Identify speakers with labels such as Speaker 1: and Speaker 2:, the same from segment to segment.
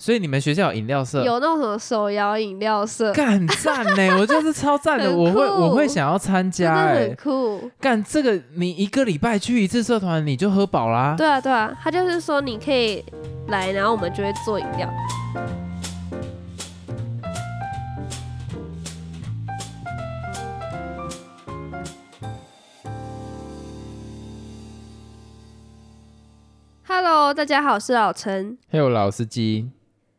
Speaker 1: 所以你们学校有饮料社？
Speaker 2: 有那种什么手摇饮料社，
Speaker 1: 干赞 呢！我就是超赞的，
Speaker 2: 很
Speaker 1: 我会我
Speaker 2: 酷
Speaker 1: 会想要参
Speaker 2: 真
Speaker 1: 加
Speaker 2: 的
Speaker 1: 哎、
Speaker 2: 很酷。
Speaker 1: 干这个，你一个礼拜去一次社团，你就喝饱啦、
Speaker 2: 对啊，对啊，他就是说你可以来，然后我们就会做饮料。Hello，大家好，我是老陈。
Speaker 1: 还有老司机，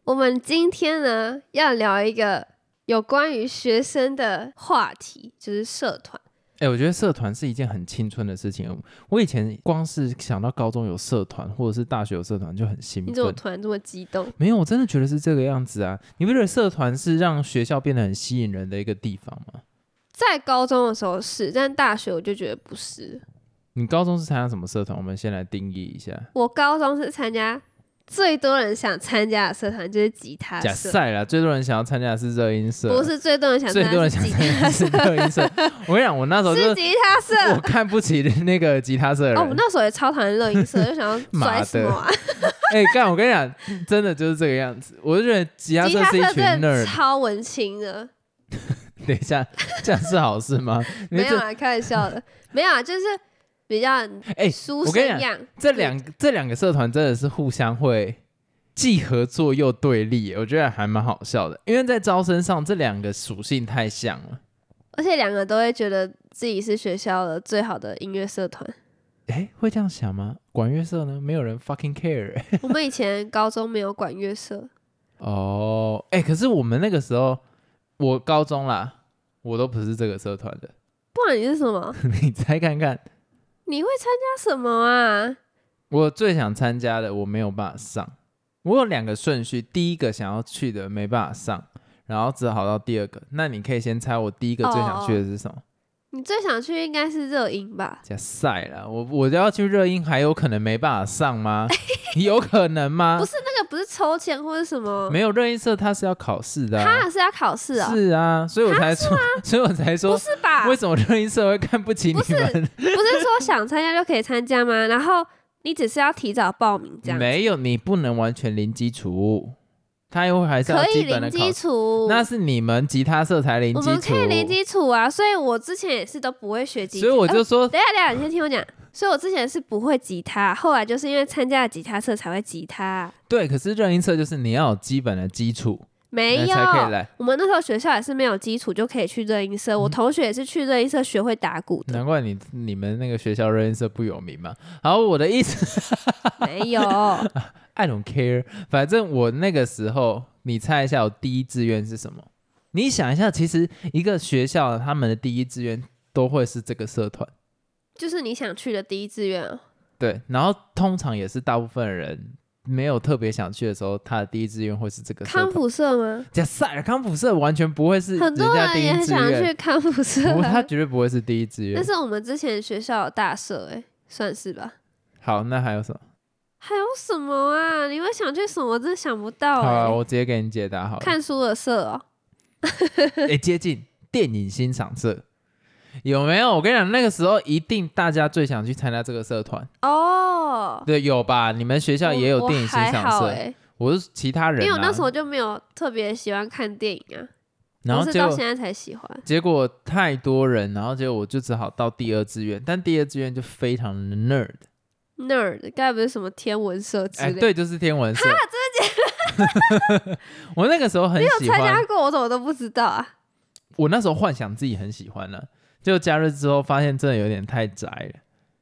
Speaker 2: 我们今天呢要聊一个有关于学生的话题，就是社团。
Speaker 1: 哎、我觉得社团是一件很青春的事情。我以前光是想到高中有社团，或者是大学有社团就很兴
Speaker 2: 你怎么
Speaker 1: 奋。
Speaker 2: 突然这么激动？
Speaker 1: 没有，我真的觉得是这个样子啊！你不觉得社团是让学校变得很吸引人的一个地方吗？
Speaker 2: 在高中的时候是，但大学我就觉得不是。
Speaker 1: 你高中是参加什么社团？我们先来定义一下。
Speaker 2: 我高中是参加最多人想参加的社团就是吉他
Speaker 1: 假
Speaker 2: 社，
Speaker 1: 赛啦，最多人想要参加的是热音社，
Speaker 2: 不是最多人想
Speaker 1: 最
Speaker 2: 参加
Speaker 1: 多人
Speaker 2: 的
Speaker 1: 想
Speaker 2: 是吉
Speaker 1: 参加
Speaker 2: 他
Speaker 1: 的是
Speaker 2: 社，
Speaker 1: 热音社。 我跟你讲，我那时候就是
Speaker 2: 吉他
Speaker 1: 我
Speaker 2: 社。
Speaker 1: 看不起那个吉他社的人。
Speaker 2: 哦，我那时候也超讨厌乐音社，就想要
Speaker 1: 妈
Speaker 2: 拽
Speaker 1: 的
Speaker 2: 什么、啊？
Speaker 1: 哎，干、我跟你讲，真的就是这个样子。我就觉得吉他
Speaker 2: 吉
Speaker 1: 社
Speaker 2: 他
Speaker 1: 是一
Speaker 2: 社
Speaker 1: 群
Speaker 2: 真
Speaker 1: nerd。
Speaker 2: 的超文青的。
Speaker 1: 等一下，这样是好事 吗？你
Speaker 2: 没有
Speaker 1: 这
Speaker 2: 啊，开玩笑的，没有啊，就是比较
Speaker 1: 哎
Speaker 2: 书
Speaker 1: 我跟
Speaker 2: 生
Speaker 1: 你讲
Speaker 2: 样。
Speaker 1: 这两这两个社团真的是互相会既合作又对立，我觉得还蛮好笑的。因为在招生上，这两个属性太像了。
Speaker 2: 而且两个都会觉得自己是学校的最好的音乐社团。
Speaker 1: 哎，会这样想吗？管乐社呢，没有人 fucking care、
Speaker 2: 我们以前高中没有管乐社，
Speaker 1: 哦，哎，可是我们那个时候，我高中啦，我都不是这个社团的。
Speaker 2: 不然你是什么？
Speaker 1: 你猜看看，
Speaker 2: 你会参加什么啊？
Speaker 1: 我最想参加的，我没有办法上。我有两个顺序，第一个想要去的没办法上，然后只好到第二个。那你可以先猜我第一个最想去的是什么？
Speaker 2: 你最想去应该是热音吧？
Speaker 1: 加赛啦，我我要去热音，还有可能没办法上 吗？有可能吗
Speaker 2: 不？是那个，不是抽签或者什么，
Speaker 1: 没有热音社，它是要考试的、啊。
Speaker 2: 他是要考试啊、
Speaker 1: 是啊，所以我才说，所以我才
Speaker 2: 不
Speaker 1: 说，
Speaker 2: 是吧？
Speaker 1: 为什么热音社会看不起你
Speaker 2: 不是
Speaker 1: 们？
Speaker 2: 不是说想参加就可以参加吗？然后你只是要提早报名这样，
Speaker 1: 没有，你不能完全零基础，它又还是要
Speaker 2: 可以
Speaker 1: 基本的
Speaker 2: 零
Speaker 1: 考
Speaker 2: 基
Speaker 1: 试。
Speaker 2: 础，
Speaker 1: 那是你们吉他社才零
Speaker 2: 我
Speaker 1: 基础，
Speaker 2: 们可以零基础啊。所以我之前也是都不会学吉他，
Speaker 1: 所以我就
Speaker 2: 呃
Speaker 1: 说，
Speaker 2: 等一下等一下，你先听我讲。所以我之前是不会吉他，后来就是因为参加了吉他社才会吉他，
Speaker 1: 对，可是热音社就是你要有基本的基础，
Speaker 2: 没
Speaker 1: 那
Speaker 2: 有
Speaker 1: 才可以来。
Speaker 2: 我们那时候学校也是没有基础就可以去热音
Speaker 1: 嗯
Speaker 2: 社，我同学也是去热音社学会打鼓 的，
Speaker 1: 难怪你你们那个学校热音社不有名嘛。好，我的意思
Speaker 2: 没有。
Speaker 1: ，I don't care，反正我那个时候，你猜一下我第一志愿是什么？你想一下，其实一个学校他们的第一志愿都会是这个社团，
Speaker 2: 就是你想去的第一志愿哦，
Speaker 1: 对，然后通常也是大部分人没有特别想去的时候，他的第一志愿 会是这个社
Speaker 2: 康
Speaker 1: 团。
Speaker 2: 复社吗？
Speaker 1: 加塞尔康普社完全不会是人
Speaker 2: 很多
Speaker 1: 家
Speaker 2: 人
Speaker 1: 第
Speaker 2: 也
Speaker 1: 一
Speaker 2: 很
Speaker 1: 志
Speaker 2: 想去
Speaker 1: 愿，
Speaker 2: 康复社
Speaker 1: 不，
Speaker 2: 啊，
Speaker 1: 他绝对不会是第一志愿
Speaker 2: 但。是我们之前学校有大社、欸，算是吧。
Speaker 1: 好，那还有什么？
Speaker 2: 还有什么啊？你会想去什么？我真的想不到、
Speaker 1: 好
Speaker 2: 欸。
Speaker 1: 啊，我直接给你解答好了。
Speaker 2: 看书的社哦，
Speaker 1: 诶接近电影欣赏社，有没有？我跟你讲，那个时候一定大家最想去参加这个社团，
Speaker 2: 哦，
Speaker 1: 对，有吧？你们学校也有
Speaker 2: 我
Speaker 1: 电影欣
Speaker 2: 我还
Speaker 1: 赏
Speaker 2: 好
Speaker 1: 社，我
Speaker 2: 欸
Speaker 1: 是其他人、啊，
Speaker 2: 因为我那时候就没有特别喜欢看电影啊，
Speaker 1: 然后
Speaker 2: 我是
Speaker 1: 结
Speaker 2: 到
Speaker 1: 果
Speaker 2: 现在才喜欢。
Speaker 1: 结果太多人，然后结果我就只好到第二志愿，但第二志愿就非常的 nerd，
Speaker 2: nerd 该不是什么天文社之
Speaker 1: 哎，
Speaker 2: 类的？
Speaker 1: 对，就是天文社，真的 我那个时候很喜
Speaker 2: 参
Speaker 1: 欢
Speaker 2: 加，过我怎么都不知道啊？
Speaker 1: 我那时候幻想自己很喜欢了、结果加入之后发现真的有点太宅了。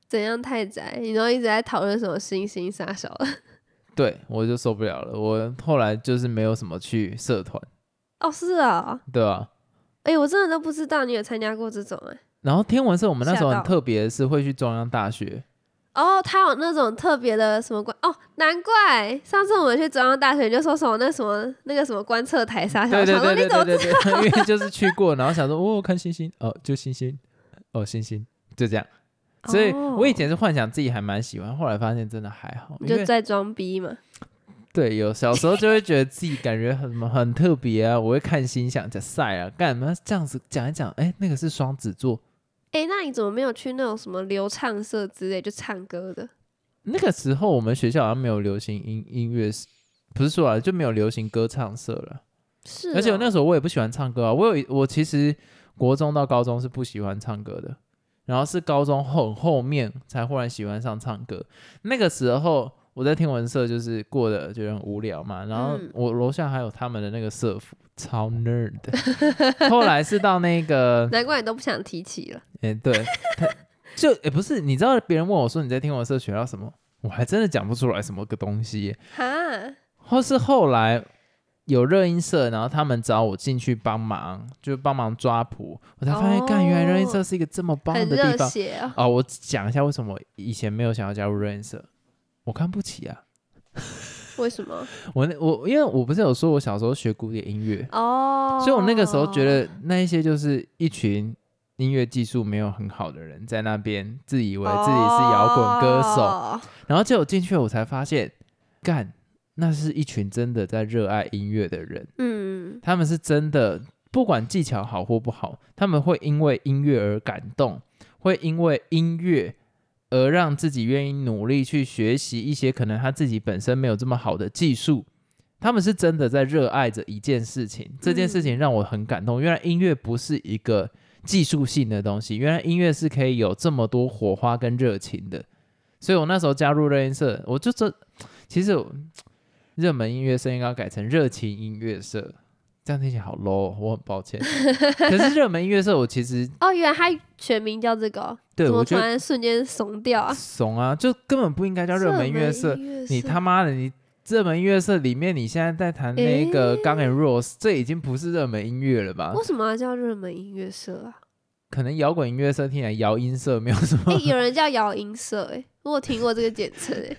Speaker 2: 怎样太宅？你都一直在讨论什么星星杀手 了？
Speaker 1: 对我就受不了了。我后来就是没有什么去社团，
Speaker 2: 哦，是啊、
Speaker 1: 对吧、
Speaker 2: 哎、我真的都不知道你有参加过这种哎、
Speaker 1: 然后天文社我们那时候
Speaker 2: 吓
Speaker 1: 很
Speaker 2: 到
Speaker 1: 特别，是会去中央大学。
Speaker 2: 哦，他有那种特别的什么观哦，难怪上次我们去中央大学你就说什么那什么那个什么观测台啥小，
Speaker 1: 对对
Speaker 2: 哎我想说
Speaker 1: 对对
Speaker 2: 你怎么
Speaker 1: 对
Speaker 2: 知
Speaker 1: 对对， 因为就是去过，然后想说哦看星星，哦就星星，哦星星，就这样。所以
Speaker 2: 哦
Speaker 1: 我以前是幻想自己还蛮喜欢，后来发现真的还好，
Speaker 2: 你
Speaker 1: 因为
Speaker 2: 就在装逼嘛？
Speaker 1: 对有小时候就会觉得自己感觉很很特别啊，我会看星象加晒啊，干嘛这样子讲一讲，哎那个是双子座，
Speaker 2: 哎、那你怎么没有去那种什么流畅社之类就唱歌的？
Speaker 1: 那个时候我们学校好像没有流行音音乐不是说啊，就没有流行歌唱社了。
Speaker 2: 是哦、
Speaker 1: 而且我那时候我也不喜欢唱歌啊，我有一我其实国中到高中是不喜欢唱歌的，然后是高中后后面才忽然喜欢上唱歌。那个时候我在天文社就是过得觉得很无聊嘛，然后
Speaker 2: 嗯
Speaker 1: 我楼下还有他们的那个社服，超 nerd 的。后来是到那个，
Speaker 2: 难怪你都不想提起了。
Speaker 1: 哎、对，他就哎、不是，你知道别人问我说你在天文社学到什么，我还真的讲不出来什么个东西耶、
Speaker 2: 哈，
Speaker 1: 或是后来有热音社，然后他们找我进去帮忙，就帮忙抓谱，我才发现，
Speaker 2: 哦
Speaker 1: 干、原来热音社是一个这么棒
Speaker 2: 很
Speaker 1: 的地
Speaker 2: 热
Speaker 1: 方
Speaker 2: 血哦。
Speaker 1: 哦，我讲一下为什么我以前没有想要加入热音社，我看不起啊，
Speaker 2: 为什么？
Speaker 1: 我那我因为我不是有说我小时候学古典音乐，
Speaker 2: 哦，
Speaker 1: 所以我那个时候觉得那一些就是一群。音乐技术没有很好的人在那边自以为自己是摇滚歌手，
Speaker 2: 哦
Speaker 1: 然后结果进去我才发现，干，那是一群真的在热爱音乐的人。
Speaker 2: 嗯，
Speaker 1: 他们是真的不管技巧好或不好，他们会因为音乐而感动，会因为音乐而让自己愿意努力去学习一些可能他自己本身没有这么好的技术。他们是真的在热爱着一件事情，这件事情让我很感动。原来音乐不是一个技术性的东西，原来音乐是可以有这么多火花跟热情的。所以我那时候加入热音社，我就这，其实我热门音乐社应该要改成热情音乐社，这样听起来好 low，我很抱歉。可是热门音乐社，我其实
Speaker 2: 哦，原来他全名叫这个哦，
Speaker 1: 对
Speaker 2: 怎
Speaker 1: 我
Speaker 2: 么
Speaker 1: 觉
Speaker 2: 突
Speaker 1: 得
Speaker 2: 然瞬间怂掉啊？
Speaker 1: 怂啊，就根本不应该 叫热门音乐社。
Speaker 2: 音乐
Speaker 1: 你
Speaker 2: 社
Speaker 1: 他妈的，你热门音乐社里面你现在在弹那个《
Speaker 2: 诶
Speaker 1: Gun and Rose》，这已经不是热门音乐了吧？
Speaker 2: 为什么要叫热门音乐社 啊？
Speaker 1: 可能摇滚音乐社听起来摇音社没有什么
Speaker 2: 哎、，有人叫摇音社、哎，我有听过这个简 称、哎，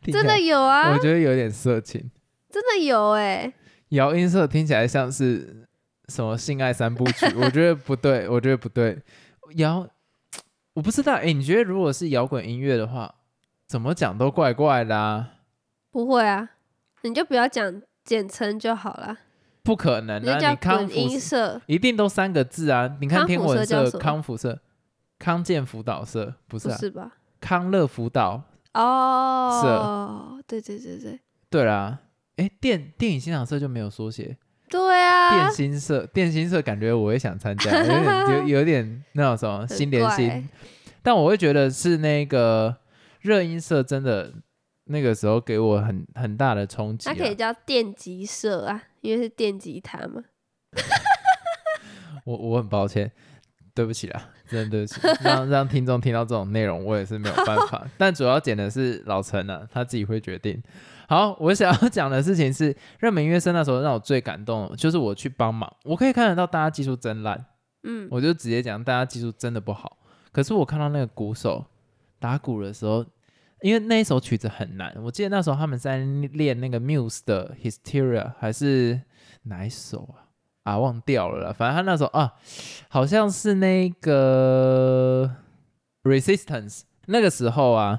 Speaker 1: 听起
Speaker 2: 真的
Speaker 1: 来
Speaker 2: 有啊
Speaker 1: 我，觉得有点色情。
Speaker 2: 真的有、哎，
Speaker 1: 摇音社听起来像是什么性爱三部 曲，我觉得不对，我觉得不对。摇，我不知道，哎、你觉得如果是摇滚音乐的话，怎么讲都怪怪的啊。
Speaker 2: 不会啊，你就不要讲简称就好了，
Speaker 1: 不可能
Speaker 2: 你就
Speaker 1: 啊！
Speaker 2: 叫
Speaker 1: 你康
Speaker 2: 滚
Speaker 1: 复啊
Speaker 2: 音社，
Speaker 1: 一定都三个字啊！你看
Speaker 2: 康
Speaker 1: 天
Speaker 2: 复
Speaker 1: 文
Speaker 2: 社叫
Speaker 1: 社、
Speaker 2: 什么
Speaker 1: 康复社、康健辅导社，不是
Speaker 2: 不
Speaker 1: 啊？
Speaker 2: 是吧？
Speaker 1: 康乐辅导。啊
Speaker 2: 哦，对对对对
Speaker 1: 对啦，哎，电电影欣赏社就没有缩写，
Speaker 2: 对啊
Speaker 1: 电，心社、电心社，感觉我也想参加， 有点有有点那种什么
Speaker 2: 很
Speaker 1: 新连
Speaker 2: 怪
Speaker 1: 心，但我会觉得是那个热音社真的那个时候给我很很大的冲击、
Speaker 2: 它
Speaker 1: 啊。
Speaker 2: 可以叫电吉社啊，因为是电吉他嘛。
Speaker 1: 我我很抱歉，对不起啦，真的对不起，让让听众听到这种内容，我也是没有办 法。但主要剪的是老陈啊，他自己会决定。好，我想要讲的事情是，热门音乐生那时候让我最感动，的就是我去帮忙，我可以看得到大家技术真烂，
Speaker 2: 嗯，
Speaker 1: 我就直接讲大家技术真的不好。可是我看到那个鼓手打鼓的时候，因为那一首曲子很难，我记得那时候他们在练那个 Muse 的 Hysteria 还是哪一首啊？啊，忘掉了啦。反正他那时候啊，好像是那个 Resistance 那个时候啊，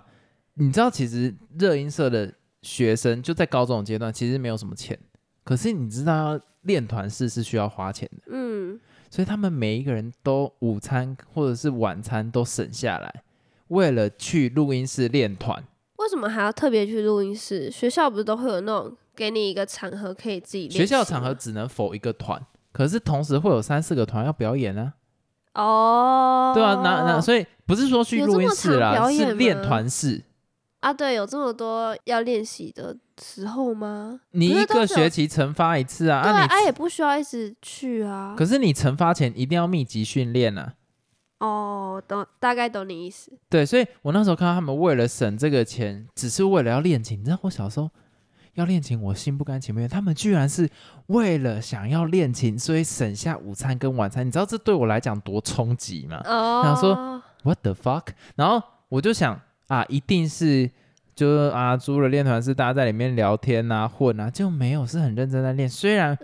Speaker 1: 你知道，其实热音社的学生就在高中的阶段，其实没有什么钱。可是你知道，练团式是需要花钱的。
Speaker 2: 嗯，
Speaker 1: 所以他们每一个人都午餐或者是晚餐都省下来，为了去录音室练团。
Speaker 2: 为什么还要特别去录音室？学校不是都会有那种给你一个场合可以自己练习吗
Speaker 1: 学校场合只能否一个团，可是同时会有三四个团要表演啊。
Speaker 2: 哦，
Speaker 1: 对啊，那那所以不是说去
Speaker 2: 有这
Speaker 1: 录音
Speaker 2: 么
Speaker 1: 室
Speaker 2: 常
Speaker 1: 啦，
Speaker 2: 表演
Speaker 1: 是
Speaker 2: 吗
Speaker 1: 练团式。
Speaker 2: 啊，对，有这么多要练习的时候吗？
Speaker 1: 你
Speaker 2: 可
Speaker 1: 一
Speaker 2: 是都
Speaker 1: 个
Speaker 2: 是
Speaker 1: 学
Speaker 2: 有
Speaker 1: 期惩罚一次啊，
Speaker 2: 对啊，
Speaker 1: 啊
Speaker 2: 啊
Speaker 1: 你
Speaker 2: 也不需要一直去啊。
Speaker 1: 可是你惩罚前一定要密集训练啊。
Speaker 2: 哦，懂，大概懂你意思。
Speaker 1: 对，所以我那时候看到他们为了省这个钱，只是为了要练琴。你知道我小时候要练琴，我心不甘情不愿。他们居然是为了想要练琴，所以省下午餐跟晚餐。你知道这对我来讲多冲击吗
Speaker 2: 哦，
Speaker 1: 想说？What the fuck？然后我就想啊，一定是就是啊，租了练团是大家在里面聊天啊、混啊，就没有是很认真在练。虽然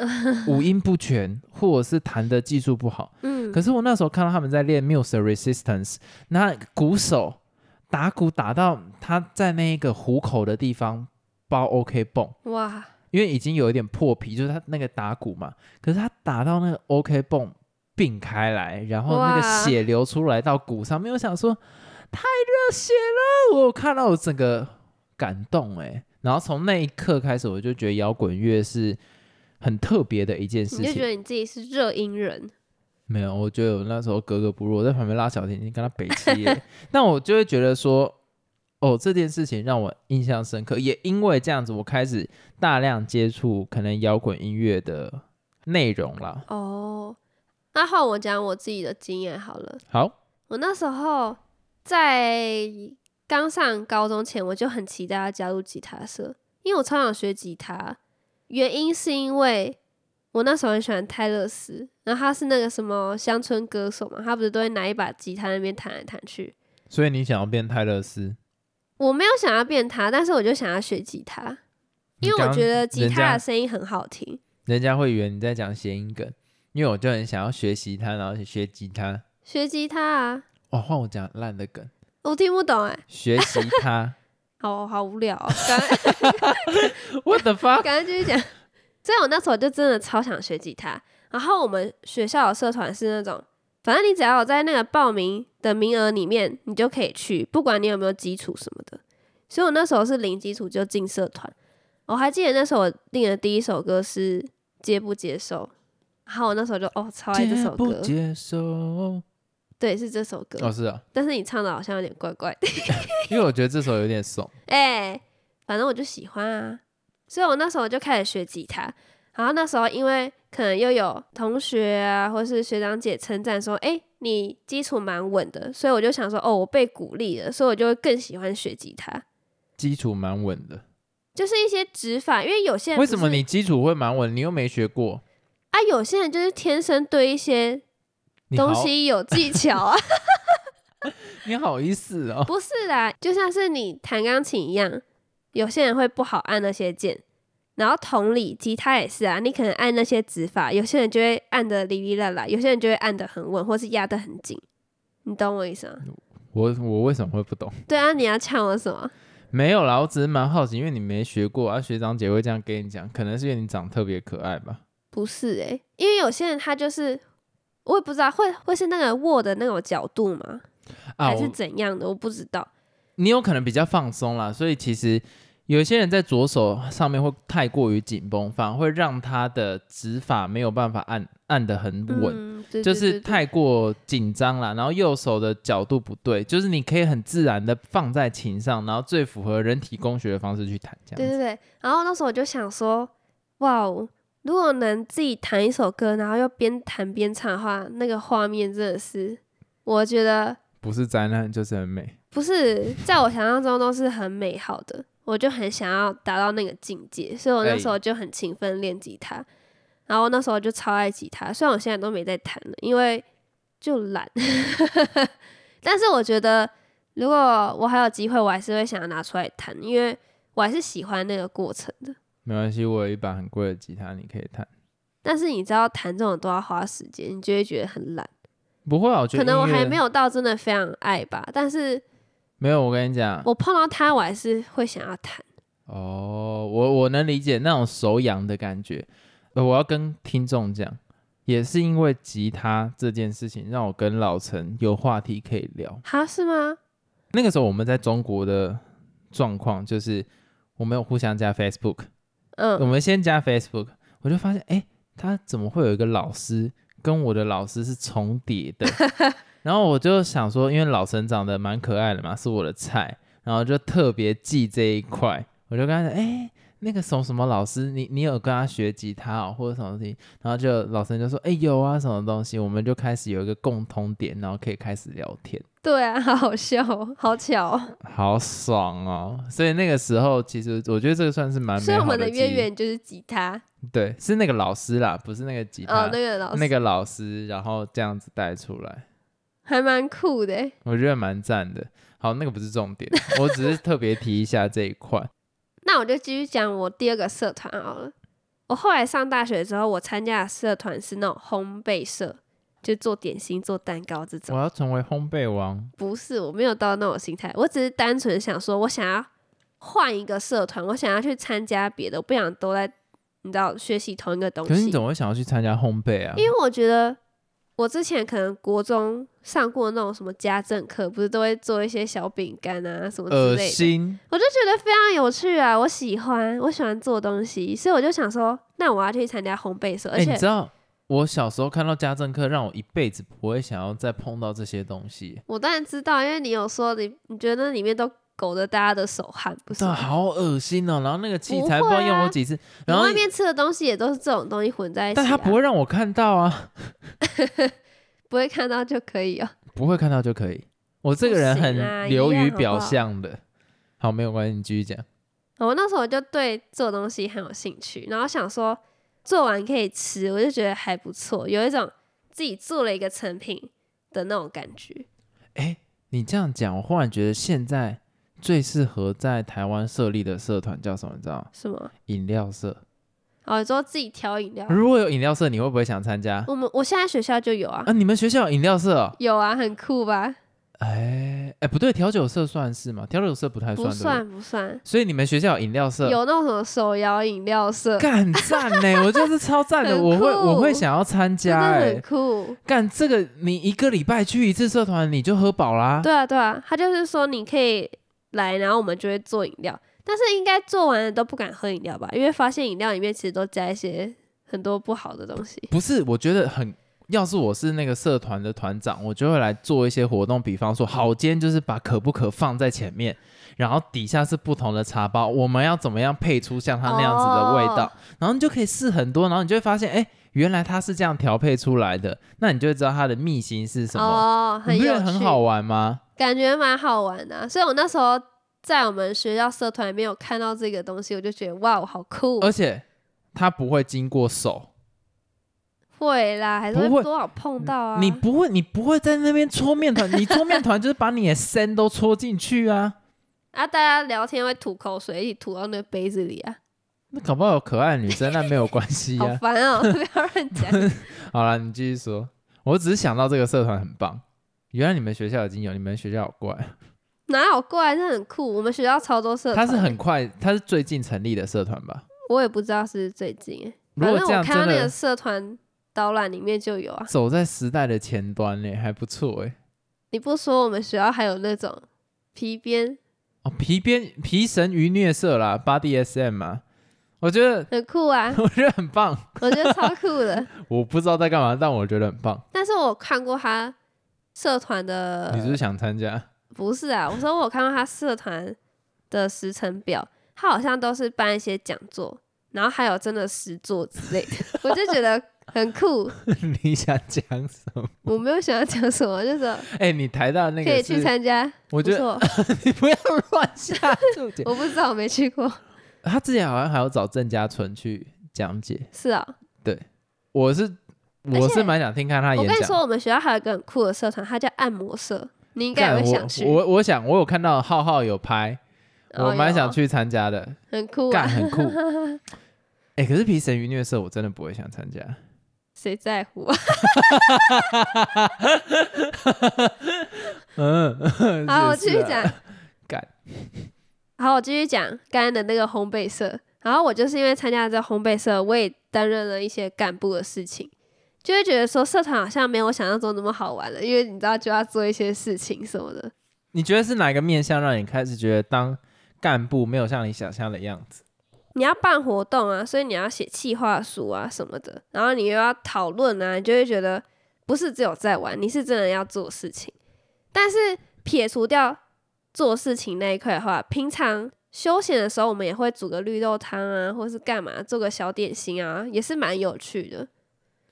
Speaker 1: 五音不全，或者是弹的技术不好，
Speaker 2: 嗯，
Speaker 1: 可是我那时候看到他们在练 Muse 的 Resistance，那鼓手打鼓打到他在那一个虎口的地方包 OK 泵，
Speaker 2: 哇，
Speaker 1: 因为已经有一点破皮，就是他那个打鼓嘛。可是他打到那个 OK 泵并开来，然后那个
Speaker 2: 哇
Speaker 1: 血流出来到鼓上面，我想说太热血了，我有看到我整个感动哎、然后从那一刻开始，我就觉得摇滚乐是很特别的一件事
Speaker 2: 你就觉
Speaker 1: 情。
Speaker 2: 得你自己是热音人，
Speaker 1: 没有，我觉得我那时候格格不入，我在旁边拉小提琴跟他北七耶。但我就会觉得说，哦，这件事情让我印象深刻，也因为这样子，我开始大量接触可能摇滚音乐的内容啦。
Speaker 2: 哦，那换我讲我自己的经验好了。
Speaker 1: 好，
Speaker 2: 我那时候在刚上高中前，我就很期待要加入吉他社，因为我超想学吉他。原因是因为我那时候很喜欢泰勒斯，然后他是那个什么乡村歌手嘛，他不是都会拿一把吉他在那边弹来弹去。
Speaker 1: 所以你想要变泰勒斯？
Speaker 2: 我没有想要变他，但是我就想要学吉他，因为
Speaker 1: 你
Speaker 2: 我
Speaker 1: 刚
Speaker 2: 觉得吉
Speaker 1: 人
Speaker 2: 他
Speaker 1: 家
Speaker 2: 的声音很好听。
Speaker 1: 人家会以为你在讲谐音梗，因为我就很想要学习它，然后去学吉他。
Speaker 2: 学吉他啊，
Speaker 1: 哦，换我讲烂的梗，
Speaker 2: 我听不懂哎、
Speaker 1: 学习 它。
Speaker 2: 好好无聊、哦。 赶快
Speaker 1: What the fuck？
Speaker 2: 赶快继续讲。所以我那时候就真的超想学吉他。然后我们学校的社团是那种，反正你只要有在那个报名的名额里面，你就可以去，不管你有没有基础什么的。所以我那时候是零基础就进社团。哦我还记得那时候我练的第一首歌是《接不接受》，然后我那时候就哦超爱这
Speaker 1: 接
Speaker 2: 首
Speaker 1: 不
Speaker 2: 歌，
Speaker 1: 接受？哦，
Speaker 2: 对，是这首歌。
Speaker 1: 是啊，
Speaker 2: 但是你唱的好像有点怪怪的，
Speaker 1: 因为我觉得这首有点怂。
Speaker 2: 哎、反正我就喜欢啊，所以我那时候就开始学吉他。然后那时候因为可能又有同学啊，或是学长姐称赞说，哎、你基础蛮稳的，所以我就想说，哦，我被鼓励了，所以我就会更喜欢学吉他。
Speaker 1: 基础蛮稳的，
Speaker 2: 就是一些指法，因为有些人
Speaker 1: 为
Speaker 2: 不
Speaker 1: 什么
Speaker 2: 是
Speaker 1: 你基础会蛮稳？你又没学过，
Speaker 2: 啊？有些人就是天生对一些
Speaker 1: 你好
Speaker 2: 东，西有技巧啊，
Speaker 1: 你好意思哦？
Speaker 2: 不是啦，就像是你弹钢琴一样，有些人会不好按那些键，然后同理，吉他也是啊，你可能按那些指法，有些人就会按的哩哩啦啦，有些人就会按的很稳，或是压的很紧，你懂我意思吗？
Speaker 1: 嗯我我为什么会不懂？
Speaker 2: 对啊，你要呛我什么？
Speaker 1: 没有啦，我只是蛮好奇，因为你没学过啊，学长姐会这样跟你讲，可能是因为你长得特别可爱吧。
Speaker 2: 不是诶、因为有些人他就是。我也不知道会会是那个握的那种角度吗？
Speaker 1: 啊，
Speaker 2: 还是
Speaker 1: 我
Speaker 2: 怎样的？我不知道。
Speaker 1: 你有可能比较放松啦，所以其实有些人在左手上面会太过于紧绷，反而会让他的指法没有办法按按得很稳，
Speaker 2: 嗯，对
Speaker 1: 就
Speaker 2: 对
Speaker 1: 是
Speaker 2: 对对
Speaker 1: 太过紧张啦。然后右手的角度不对，就是你可以很自然的放在琴上，然后最符合人体工学的方式去弹，这
Speaker 2: 对
Speaker 1: 样子
Speaker 2: 对对，然后那时候我就想说，哇哦，如果能自己弹一首歌，然后又边弹边唱的话，那个画面真的是，我觉得
Speaker 1: 不是灾难就是很美。
Speaker 2: 不是在我想象中都是很美好的，我就很想要达到那个境界，所以我那
Speaker 1: 哎
Speaker 2: 时候就很勤奋练吉他，然后那时候就超爱吉他，虽然我现在都没在弹了，因为就懒， 但是我觉得如果我还有机会，我还是会想要拿出来弹，因为我还是喜欢那个过程的。
Speaker 1: 没关系，我有一把很贵的吉他，你可以弹。
Speaker 2: 但是你知道弹这种都要花时间，你就会觉得很懒。
Speaker 1: 不会啊，我觉得
Speaker 2: 可能我
Speaker 1: 音乐
Speaker 2: 还没有到真的非常爱吧，但是
Speaker 1: 没有。我跟你讲，
Speaker 2: 我碰到它，我还是会想要弹。
Speaker 1: 哦，我我能理解那种手痒的感觉。呃我要跟听众讲，也是因为吉他这件事情，让我跟老陈有话题可以聊。
Speaker 2: 哈，是吗？
Speaker 1: 那个时候我们在中国的状况就是，我们有互相加 Facebook，、我
Speaker 2: 嗯，
Speaker 1: 们先加 Facebook，我就发现，哎、他怎么会有一个老师跟我的老师是重叠的？然后我就想说，因为老陈长得蛮可爱的嘛，是我的菜，然后就特别记这一块。我就跟他讲，哎、那个什么什么老师，你你有跟他学吉他哦，或者什么东西？然后就老陈就说，哎、有啊，什么东西？我们就开始有一个共通点，然后可以开始聊天。
Speaker 2: 对啊， 好好笑哦，好巧哦。
Speaker 1: 好爽哦！所以那个时候，其实我觉得这个算是蛮
Speaker 2: 所以
Speaker 1: 啊美
Speaker 2: 我
Speaker 1: 好
Speaker 2: 们
Speaker 1: 的
Speaker 2: 的
Speaker 1: 记忆。
Speaker 2: 渊源就是吉他，
Speaker 1: 对，是那个老师啦，不是那个吉他，
Speaker 2: 哦，那个老师，
Speaker 1: 那个老师，然后这样子带出来，
Speaker 2: 还蛮酷的欸。
Speaker 1: 我觉得蛮赞的。好，那个不是重 点，我只是特别提一下这一块。
Speaker 2: 那我就继续讲我第二个社团好了。我后来上大学之后，我参加的社团是那种烘焙社，就做点心、做蛋糕这种
Speaker 1: 我。要成为烘焙王，
Speaker 2: 不是，我没有到那种心态，我只是单纯想说，我想要换一个社团，我想要去参加别的，我不想都在你知道学习同一个东
Speaker 1: 可是你
Speaker 2: 西
Speaker 1: 怎，么会想要去参加烘焙啊？
Speaker 2: 因为我觉得我之前可能国中上过那种什么家政课，不是都会做一些小饼干啊什么之
Speaker 1: 恶
Speaker 2: 类的，
Speaker 1: 心，
Speaker 2: 我就觉得非常有趣啊，我喜欢，我喜欢做东西，所以我就想说，那我要去参加烘焙社，而
Speaker 1: 哎、
Speaker 2: 且
Speaker 1: 你知道我小时候看到家政课，让我一辈子不会想要再碰到这些东西，
Speaker 2: 我当然知道，因为你有说你你觉得那里面都勾着大家的手汗，不是
Speaker 1: 真的
Speaker 2: 吗？
Speaker 1: 好恶心哦。然后那个器
Speaker 2: 不
Speaker 1: 材不知道
Speaker 2: 会
Speaker 1: 用
Speaker 2: 啊
Speaker 1: 过几次，
Speaker 2: 你
Speaker 1: 然后
Speaker 2: 外面吃的东西也都是这种东西混在一起、啊，
Speaker 1: 但他不会让我看到啊，
Speaker 2: 不会看到就可以哦。
Speaker 1: 不会看到就可以。我这个人
Speaker 2: 不行啊
Speaker 1: 很流
Speaker 2: 一
Speaker 1: 于
Speaker 2: 样好不
Speaker 1: 表
Speaker 2: 好
Speaker 1: 象的。好，没有关系，你继续讲。
Speaker 2: 我那时候就对做东西很有兴趣，然后想说做完可以吃，我就觉得还不错，有一种自己做了一个成品的那种感觉。
Speaker 1: 哎，你这样讲，我忽然觉得现在最适合在台湾设立的社团叫什么？你知道吗？
Speaker 2: 是吗？
Speaker 1: 饮料社。
Speaker 2: 哦，你说自己调饮料，
Speaker 1: 如果有饮料社，你会不会想参加？
Speaker 2: 我们我现在学校就有啊，
Speaker 1: 啊，你们学校有饮料社、哦？
Speaker 2: 有啊，很酷吧？
Speaker 1: 哎哎，不对，调酒社算是吗？调酒社不太算，
Speaker 2: 不
Speaker 1: 对对
Speaker 2: 算不算，
Speaker 1: 所以你们学校有饮料社？
Speaker 2: 有那种什么手摇饮料社，
Speaker 1: 干赞 呢，我就是超赞的，
Speaker 2: 很
Speaker 1: 我会我会
Speaker 2: 酷
Speaker 1: 想要参
Speaker 2: 真
Speaker 1: 加
Speaker 2: 的
Speaker 1: 哎
Speaker 2: 很。酷。
Speaker 1: 干这个，你一个礼拜去一次社团，你就喝饱啦。
Speaker 2: 对啊，对啊，他就是说你可以来，然后我们就会做饮料，但是应该做完了都不敢喝饮料吧，因为发现饮料里面其实都加一些很多不好的东西。
Speaker 1: 不是，我觉得很，要是我是那个社团的团长，我就会来做一些活动，比方说，好，今天就是把可不可放在前面，然后底下是不同的茶包，我们要怎么样配出像它那样子的味道，
Speaker 2: 哦
Speaker 1: 然后你就可以试很多，然后你就会发现，哎，原来它是这样调配出来的，那你就会知道它的秘辛是什么，
Speaker 2: 哦，很
Speaker 1: 你不觉
Speaker 2: 有
Speaker 1: 得
Speaker 2: 趣，
Speaker 1: 很好玩吗？
Speaker 2: 感觉蛮好玩的啊、所以我那时候在我们学校社团里面有看到这个东西，我就觉得哇，哦好酷！
Speaker 1: 而且它不会经过手，
Speaker 2: 会啦，还是
Speaker 1: 不会嗯
Speaker 2: 会多少碰到啊。
Speaker 1: 你不会，你不会在那边搓面团，你搓面团就是把你的身都搓进去啊。
Speaker 2: 啊，大家聊天会吐口水，一起吐到那个杯子里啊，
Speaker 1: 那搞不好有可爱的女 生，那没有关系
Speaker 2: 好
Speaker 1: 呀、
Speaker 2: 烦哦、不要 乱讲。
Speaker 1: 好了，你继续说。我只是想到这个社团很棒，原来你们学校已经有，你们学校好怪。
Speaker 2: 哪有怪，这很酷。我们学校超多社
Speaker 1: 它
Speaker 2: 团，
Speaker 1: 是很快，它是最近成立的社团吧？
Speaker 2: 我也不知道是最近欸，
Speaker 1: 如
Speaker 2: 反
Speaker 1: 果这
Speaker 2: 正我
Speaker 1: 样
Speaker 2: 看到
Speaker 1: 真
Speaker 2: 那个
Speaker 1: 的
Speaker 2: 社团导览里面就有啊。
Speaker 1: 走在时代的前端呢，还不错哎。
Speaker 2: 你不说我们学校还有那种皮鞭，
Speaker 1: 哦，皮鞭皮神愚虐社啦，Body SM 嘛，啊我觉得
Speaker 2: 很酷啊，
Speaker 1: 我觉得很棒，
Speaker 2: 我觉得超 酷的。
Speaker 1: 我不知道在干嘛，但我觉得很棒。
Speaker 2: 但是我看过他社团的
Speaker 1: 你，是不是想参加？
Speaker 2: 不是啊，我说我看到他社团的时程表，他好像都是办一些讲座，然后还有真的实作之类的， 我就觉得很酷。
Speaker 1: 你想讲什么？
Speaker 2: 我没有想要讲什么，就是
Speaker 1: 哎、你台大那
Speaker 2: 可以
Speaker 1: 个
Speaker 2: 去
Speaker 1: 是，
Speaker 2: 参加，
Speaker 1: 我
Speaker 2: 不
Speaker 1: 觉得
Speaker 2: 错，
Speaker 1: 你不要乱下注解。
Speaker 2: 我不知道，我没去过。
Speaker 1: 他之前好像还要找郑家纯去讲解，
Speaker 2: 是啊、
Speaker 1: 我是我是蛮想听看他
Speaker 2: 我
Speaker 1: 演
Speaker 2: 跟你
Speaker 1: 讲。
Speaker 2: 说，我们学校还有一个很酷的社团，它叫按摩社，你应该
Speaker 1: 干
Speaker 2: 也会
Speaker 1: 我
Speaker 2: 想去。
Speaker 1: 我我想我有看到浩浩有拍，
Speaker 2: 哦
Speaker 1: 我蛮
Speaker 2: 有
Speaker 1: 想去参加的，
Speaker 2: 很酷
Speaker 1: 干
Speaker 2: 啊！
Speaker 1: 很 酷。哎、可是皮神与虐社我真的不会想参加，
Speaker 2: 谁在乎啊？
Speaker 1: 嗯，
Speaker 2: 好，我
Speaker 1: 也是
Speaker 2: 继续
Speaker 1: 啊
Speaker 2: 讲。
Speaker 1: 干。
Speaker 2: 好，我继续讲刚才的那个烘焙社。然后我就是因为参加这烘焙社，我也担任了一些干部的事情，就会觉得说社团好像没有我想象中那么好玩了，因为你知道就要做一些事情什么的。
Speaker 1: 你觉得是哪一个面相让你开始觉得当干部没有像你想象的样子？
Speaker 2: 你要办活动啊，所以你要写企划书啊什么的，然后你又要讨论啊，你就会觉得不是只有在玩，你是真的要做事情。但是撇除掉做事情那一块的话，平常休闲的时候，我们也会煮个绿豆汤啊，或是干嘛做个小点心啊，也是蛮有趣的。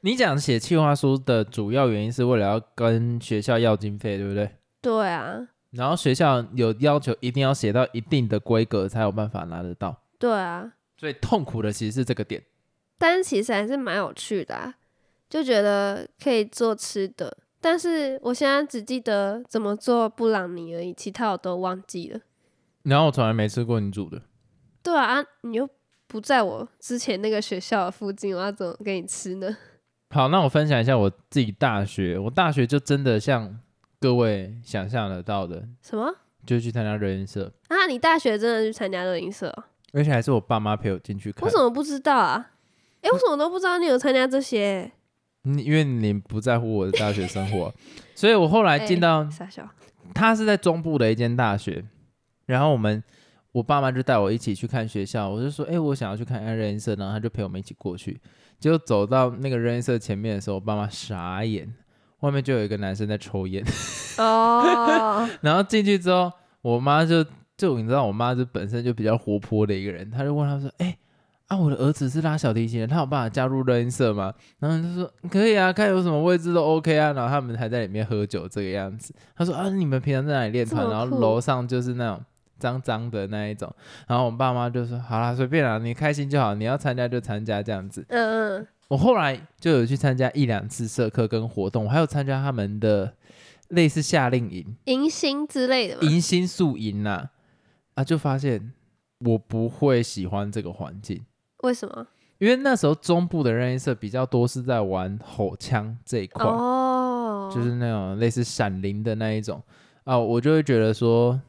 Speaker 1: 你讲写企划书的主要原因是为了要跟学校要经费，对不对？
Speaker 2: 对啊，
Speaker 1: 然后学校有要求，一定要写到一定的规格才有办法拿得到。
Speaker 2: 对啊，
Speaker 1: 最痛苦的其实是这个点。
Speaker 2: 但是其实还是蛮有趣的、啊，就觉得可以做吃的。但是我现在只记得怎么做布朗尼而已，其他我都忘记了。
Speaker 1: 然后我从来没吃过你煮的，
Speaker 2: 对啊，啊你又不在我之前那个学校的附近，我要怎么给你吃呢？
Speaker 1: 好，那我分享一下我自己大学，我大学就真的像各位想象得到的，
Speaker 2: 什么
Speaker 1: 就去参加热音社，
Speaker 2: 啊？你大学真的去参加乐音社哦？
Speaker 1: 而且还是我爸妈陪我进去看
Speaker 2: 我怎。么不知道啊？诶，我怎么都不知道你有参加这些？
Speaker 1: 嗯因为你不在乎我的大学生活，所以我后来进到
Speaker 2: 傻笑，
Speaker 1: 他是在中部的一间大学，然后我们我爸妈就带我一起去看学校，我就说，哎、我想要去看看热音社，然后他就陪我们一起过去。结果走到那个热音社前面的时候，我爸妈傻眼，外面就有一个男生在抽烟。
Speaker 2: 哦，
Speaker 1: 然后进去之后，我妈就就你知道，我妈就本身就比较活泼的一个人，她就问他说：“哎、啊，我的儿子是拉小提琴的，他有办法加入热音社吗？”然后就说：“可以啊，看有什么位置都 OK 啊。”然后他们还在里面喝酒这个样子。她说：“啊，你们平常在哪里练团
Speaker 2: 这？”么
Speaker 1: 然后
Speaker 2: 酷
Speaker 1: 楼上就是那种。脏脏的那一种，然后我爸妈就说：“好啦，随便啦，你开心就好，你要参加就参加这样子。”
Speaker 2: 嗯嗯，
Speaker 1: 我后来就有去参加一两次社课跟活动，我还有参加他们的类似夏令营，
Speaker 2: 迎新之类的嘛，
Speaker 1: 迎新宿营呐、啊，就发现我不会喜欢这个环境，
Speaker 2: 为什么？
Speaker 1: 因为那时候中部的热音社比较多是在玩吼腔这一块，
Speaker 2: 哦，
Speaker 1: 就是那种类似闪灵的那一种啊，我就会觉得说。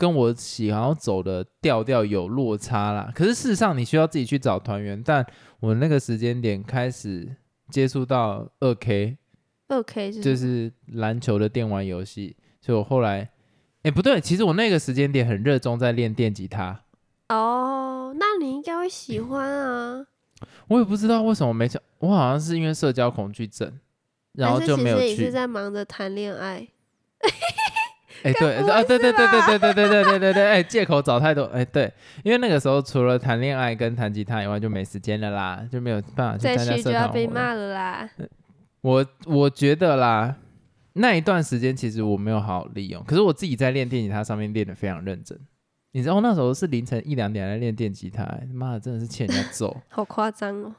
Speaker 1: 跟我喜好走的调调有落差啦，可是事实上你需要自己去找团员，但我那个时间点开始接触到二 K，
Speaker 2: 二 K 就
Speaker 1: 就是是篮球的电玩游戏，所以我后来，哎，不对，其实我那个时间点很热衷在练电吉他，
Speaker 2: 哦，那你应该会喜欢啊，
Speaker 1: 我也不知道为什么没去，我好像是因为社交恐惧症，然后
Speaker 2: 还是
Speaker 1: 就没有
Speaker 2: 其实也
Speaker 1: 去
Speaker 2: 是。在忙着谈恋爱，
Speaker 1: 哎，对，
Speaker 2: 该不会
Speaker 1: 啊，对对对对对对对对对对对，哎，借口找太多，哎，对，因为那个时候除了谈恋爱跟弹吉他以外，就没时间了啦，就没有办法去
Speaker 2: 再
Speaker 1: 参加
Speaker 2: 去
Speaker 1: 社
Speaker 2: 就
Speaker 1: 团
Speaker 2: 要被
Speaker 1: 活动。
Speaker 2: 骂了啦。
Speaker 1: 我我觉得啦，那一段时间其实我没有好好利用，可是我自己在练电吉他上面练得非常认真。你知道我那时候是凌晨一两点在练电吉他、欸妈的真的是欠人家揍。
Speaker 2: 好夸张哦！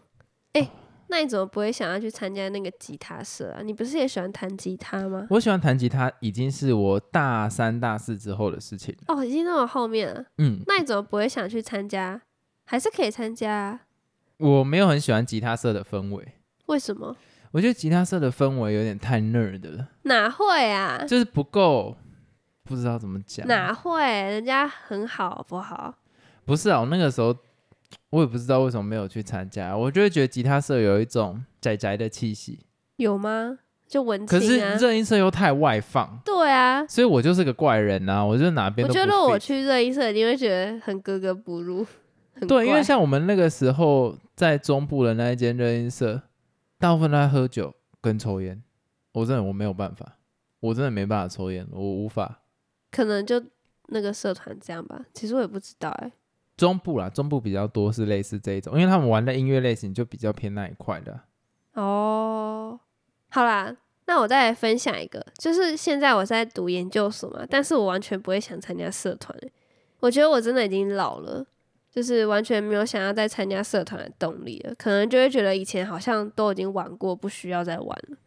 Speaker 2: 哎、那你怎么不会想要去参加那个吉他社啊？你不是也喜欢弹吉他吗？
Speaker 1: 我喜欢弹吉他已经是我大三大四之后的事情了。
Speaker 2: 哦，已经那么后面了，
Speaker 1: 嗯，
Speaker 2: 那你怎么不会想去参加？还是可以参加、啊？
Speaker 1: 我没有很喜欢吉他社的氛围，
Speaker 2: 为什么？
Speaker 1: 我觉得吉他社的氛围有点太 nerd 了，
Speaker 2: 哪会啊？
Speaker 1: 就是不够，不知道怎么讲。
Speaker 2: 哪会？人家很好，好不好？
Speaker 1: 不是啊，我那个时候我也不知道为什么没有去参加，我就会觉得吉他社有一种宅宅的气息。
Speaker 2: 有吗？就文
Speaker 1: 可是
Speaker 2: 青啊？
Speaker 1: 热音社又太外放，
Speaker 2: 对啊，
Speaker 1: 所以我就是个怪人呐、我就哪边都不
Speaker 2: 我觉得我
Speaker 1: fit
Speaker 2: 去热音社，一定会觉得很格格不入，很
Speaker 1: 对，因为
Speaker 2: 怪
Speaker 1: 像我们那个时候在中部的那一间热音社，大部分都在喝酒跟抽烟，我真的我没有办法，我真的没办法抽烟，我无法。
Speaker 2: 可能就那个社团这样吧。其实我也不知道哎、
Speaker 1: 中部啦，中部比较多是类似这一种，因为他们玩的音乐类型就比较偏那一块的啊。
Speaker 2: 哦，好啦，那我再来分享一个，就是现在我是在读研究所嘛，但是我完全不会想参加社团欸、我觉得我真的已经老了，就是完全没有想要再参加社团的动力了，可能就会觉得以前好像都已经玩过，不需要再玩了。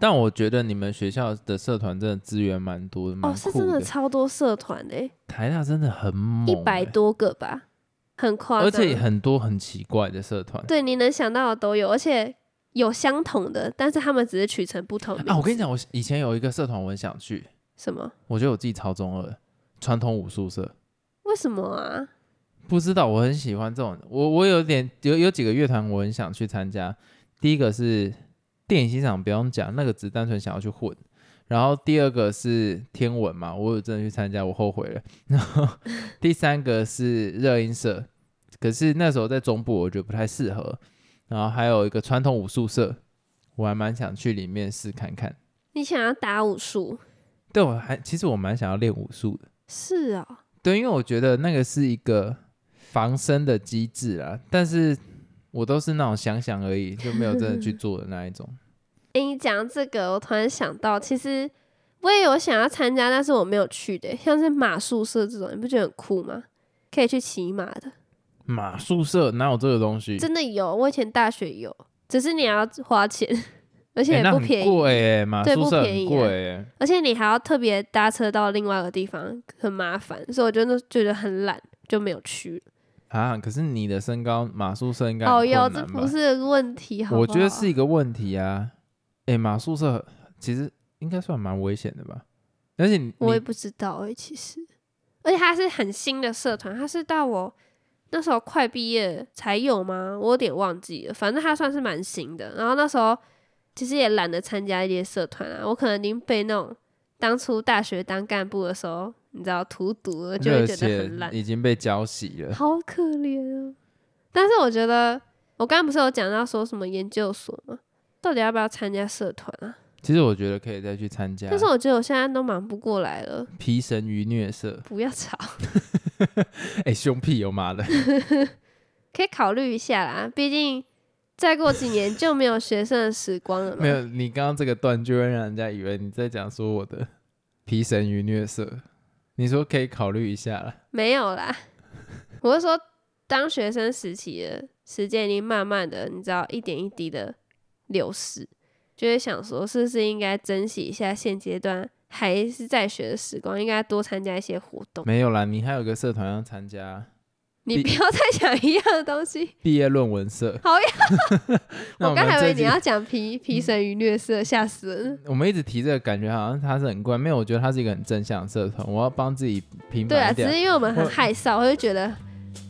Speaker 1: 但我觉得你们学校的社团真的资源蛮多的，蛮
Speaker 2: 哦，是真
Speaker 1: 酷
Speaker 2: 的超多社团的、欸，
Speaker 1: 台大真的很猛、
Speaker 2: 一
Speaker 1: 欸
Speaker 2: 百多个吧，很夸张，
Speaker 1: 而且很多很奇怪的社团。
Speaker 2: 对你能想到的都有，而且有相同的，但是他们只是取成不同名
Speaker 1: 啊，我跟你
Speaker 2: 字，
Speaker 1: 讲，我以前有一个社团，我很想去，
Speaker 2: 什么？
Speaker 1: 我觉得我自己超中二，传统武术社。
Speaker 2: 为什么啊？
Speaker 1: 不知道，我很喜欢这种，我我有点有有几个乐团我很想去参加。第一个是电影欣赏，不用讲，那个只是单纯想要去混。然后第二个是天文嘛，我有真的去参加，我后悔了。然后第三个是热音社，可是那时候在中部，我觉得不太适合。然后还有一个传统武术社，我还蛮想去里面试看看。
Speaker 2: 你想要打武术？
Speaker 1: 对，我还其实我蛮想要练武术的。
Speaker 2: 是啊、
Speaker 1: 对，因为我觉得那个是一个防身的机制啊，但是我都是那种想想而已，就没有真的 去做的那一种。
Speaker 2: 诶你讲这个，我突然想到，其实我也有想要参加，但是我没有去的，像是马术社这种，你不觉得很酷吗？可以去骑马的，
Speaker 1: 嗯马术社哪有这个东西？
Speaker 2: 真的有，我以前大学有，只是你要花钱， 而且
Speaker 1: 欸
Speaker 2: 也
Speaker 1: 那
Speaker 2: 不
Speaker 1: 很
Speaker 2: 便宜，
Speaker 1: 贵欸马
Speaker 2: 对
Speaker 1: 术
Speaker 2: 不
Speaker 1: 社
Speaker 2: 便宜
Speaker 1: 很
Speaker 2: 啊
Speaker 1: 贵欸
Speaker 2: 而且你还要特别搭车到另外一个地方，很麻烦，所以我真的觉得很懒，就没有去。
Speaker 1: 啊！可是你的身高，马术社应该
Speaker 2: 哦
Speaker 1: 很
Speaker 2: 哟，
Speaker 1: 困
Speaker 2: 这
Speaker 1: 难
Speaker 2: 不
Speaker 1: 吧？
Speaker 2: 是个问题，好不好
Speaker 1: 我觉得是一个问题啊。哎、马术社其实应该算蛮危险的吧？而且你
Speaker 2: 我也
Speaker 1: 你
Speaker 2: 不知道哎、其实，而且它是很新的社团，它是到我那时候快毕业才有吗？我有点忘记了，反正它算是蛮新的。然后那时候其实也懒得参加一些社团啊。我可能已经被那种当初大学当干部的时候，你知道荼毒了，就会
Speaker 1: 热
Speaker 2: 觉得
Speaker 1: 血
Speaker 2: 很烂，
Speaker 1: 已经被浇熄了。
Speaker 2: 好可怜啊。但是我觉得，我刚刚不是有讲到说什么研究所吗？到底要不要参加社团啊？
Speaker 1: 其实我觉得可以再去参加，
Speaker 2: 但是我觉得我现在都忙不过来了，
Speaker 1: 皮神与虐色，
Speaker 2: 不要吵，
Speaker 1: 哎、凶屁有妈的，
Speaker 2: 可以考虑一下啦。毕竟再过几年就没有学生的时光了 嘛。
Speaker 1: 没有你刚刚这个段就会让人家以为你在讲说我的 皮神与虐色。你说可以考虑一下啦，
Speaker 2: 没有啦，我是说，当学生时期的时间已经慢慢的，你知道一点一滴的流逝，就会想说，是不是应该珍惜一下现阶段还是在学的时光，应该多参加一些活动。
Speaker 1: 没有啦，你还有个社团要参加，
Speaker 2: 你不要再讲一样的东西。
Speaker 1: 毕业论文社。
Speaker 2: 好呀，
Speaker 1: 那
Speaker 2: 我
Speaker 1: 我
Speaker 2: 刚
Speaker 1: 们
Speaker 2: 才以
Speaker 1: 这
Speaker 2: 为
Speaker 1: 集嗯
Speaker 2: 你要讲皮皮神与虐色，吓死人。
Speaker 1: 我们一直提这个，感觉好像它是很怪，没有，我觉得它是一个很正向的社团，我要帮自己平
Speaker 2: 对
Speaker 1: 反
Speaker 2: 啊，
Speaker 1: 一
Speaker 2: 只
Speaker 1: 点。
Speaker 2: 是因为我们很
Speaker 1: 我
Speaker 2: 害臊，我就觉得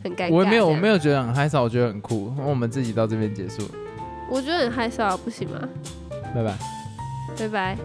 Speaker 2: 很尴尬。
Speaker 1: 我没有，我没
Speaker 2: 有，
Speaker 1: 有觉得很嗨少，我觉得很酷。那我们自己到这边结束，
Speaker 2: 我觉得很害臊，不行吗？
Speaker 1: 拜拜。
Speaker 2: 拜拜。